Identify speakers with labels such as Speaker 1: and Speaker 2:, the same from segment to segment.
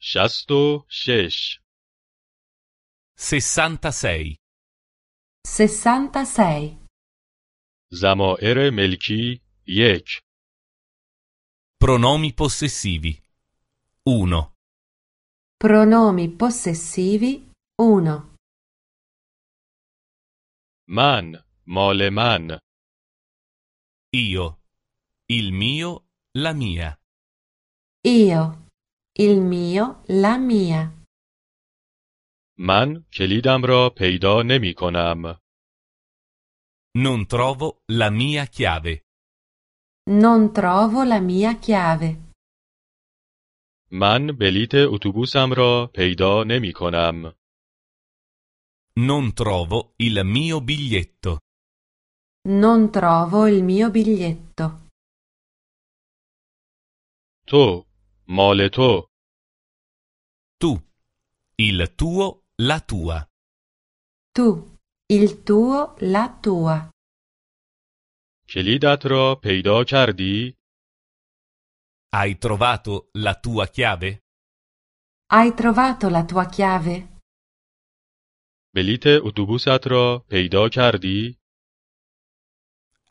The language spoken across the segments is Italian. Speaker 1: شست و شش
Speaker 2: 66.
Speaker 3: 66.
Speaker 1: زمائر ملکی یک
Speaker 2: Pronomi possessivi. 1,
Speaker 3: Pronomi possessivi 1.
Speaker 1: من مال من
Speaker 2: io, il mio, la mia.
Speaker 3: Io. Il mio, la mia.
Speaker 1: من کلیدم را پیدا نمی کنم
Speaker 2: Non trovo la mia chiave.
Speaker 3: Non trovo la mia chiave.
Speaker 1: من بلیت اتوبوسم را پیدا نمی کنم
Speaker 2: Non trovo il mio biglietto.
Speaker 3: Non trovo il mio biglietto.
Speaker 1: تو مال تو
Speaker 2: Tu, il tuo, la tua.
Speaker 3: Tu. Il tuo, la tua.
Speaker 1: کلیدت را پیدا کردی
Speaker 2: Hai trovato la tua chiave?
Speaker 3: Hai trovato la tua chiave?
Speaker 1: بلیت اتوبوست را پیدا کردی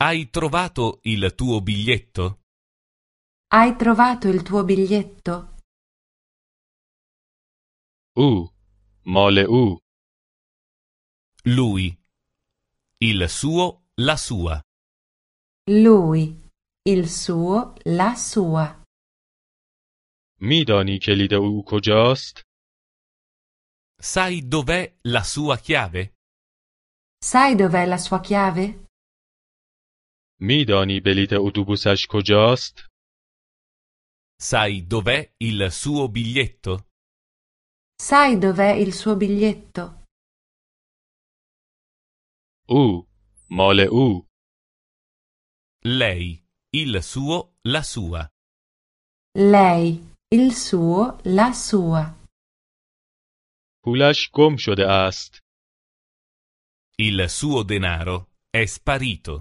Speaker 2: Hai trovato il tuo biglietto?
Speaker 3: Hai trovato il tuo biglietto?
Speaker 1: او مال او
Speaker 2: Lui. Il suo, la sua.
Speaker 3: Lui. Il suo, la sua.
Speaker 1: میدانی کلید او کجاست
Speaker 2: Sai dov'è la sua chiave?
Speaker 3: Sai dov'è la sua chiave?
Speaker 1: میدانی بلیت اتوبوسش کجاست
Speaker 2: Sai dov'è il suo biglietto?
Speaker 3: Sai dov'è il suo biglietto?
Speaker 1: او مال او
Speaker 2: Lei. Il suo, la sua.
Speaker 3: Lei, il suo, la sua.
Speaker 1: پولش گم شده است
Speaker 2: Il suo denaro è sparito.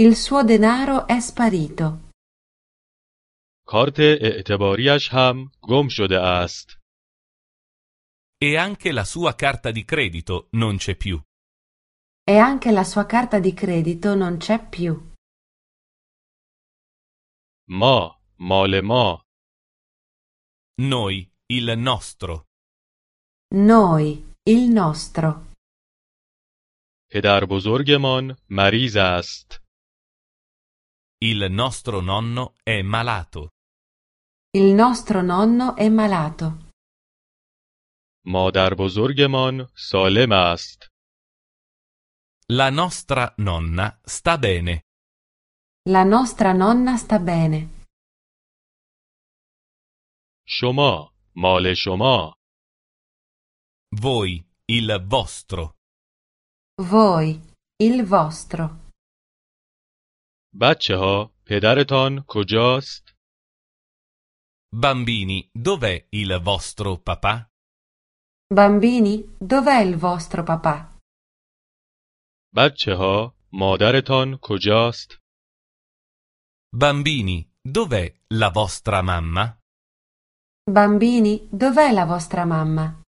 Speaker 3: Il suo denaro è sparito.
Speaker 1: کارت اعتباریش هم گم شده است.
Speaker 2: E anche la sua carta di credito non c'è più.
Speaker 3: E anche la sua carta di credito non c'è più.
Speaker 1: ما مال ما
Speaker 2: Noi, il nostro.
Speaker 3: Noi, il nostro.
Speaker 1: پدر بزرگمان مریض است.
Speaker 2: Il nostro nonno è malato.
Speaker 3: Il nostro nonno è malato.
Speaker 1: مادر بزرگمان سالم است.
Speaker 2: La nostra nonna sta bene.
Speaker 3: La nostra nonna sta bene.
Speaker 1: شما مال شما
Speaker 2: Voi, il vostro.
Speaker 3: Voi, il vostro.
Speaker 1: بچه ها پدرتان کجاست؟
Speaker 2: Bambini, dov'è il vostro papà?
Speaker 3: Bambini, dov'è il vostro papà?
Speaker 1: بچه ها مادرتان کجاست؟
Speaker 2: Bambini, dov'è la vostra mamma?
Speaker 3: Bambini, dov'è la vostra mamma?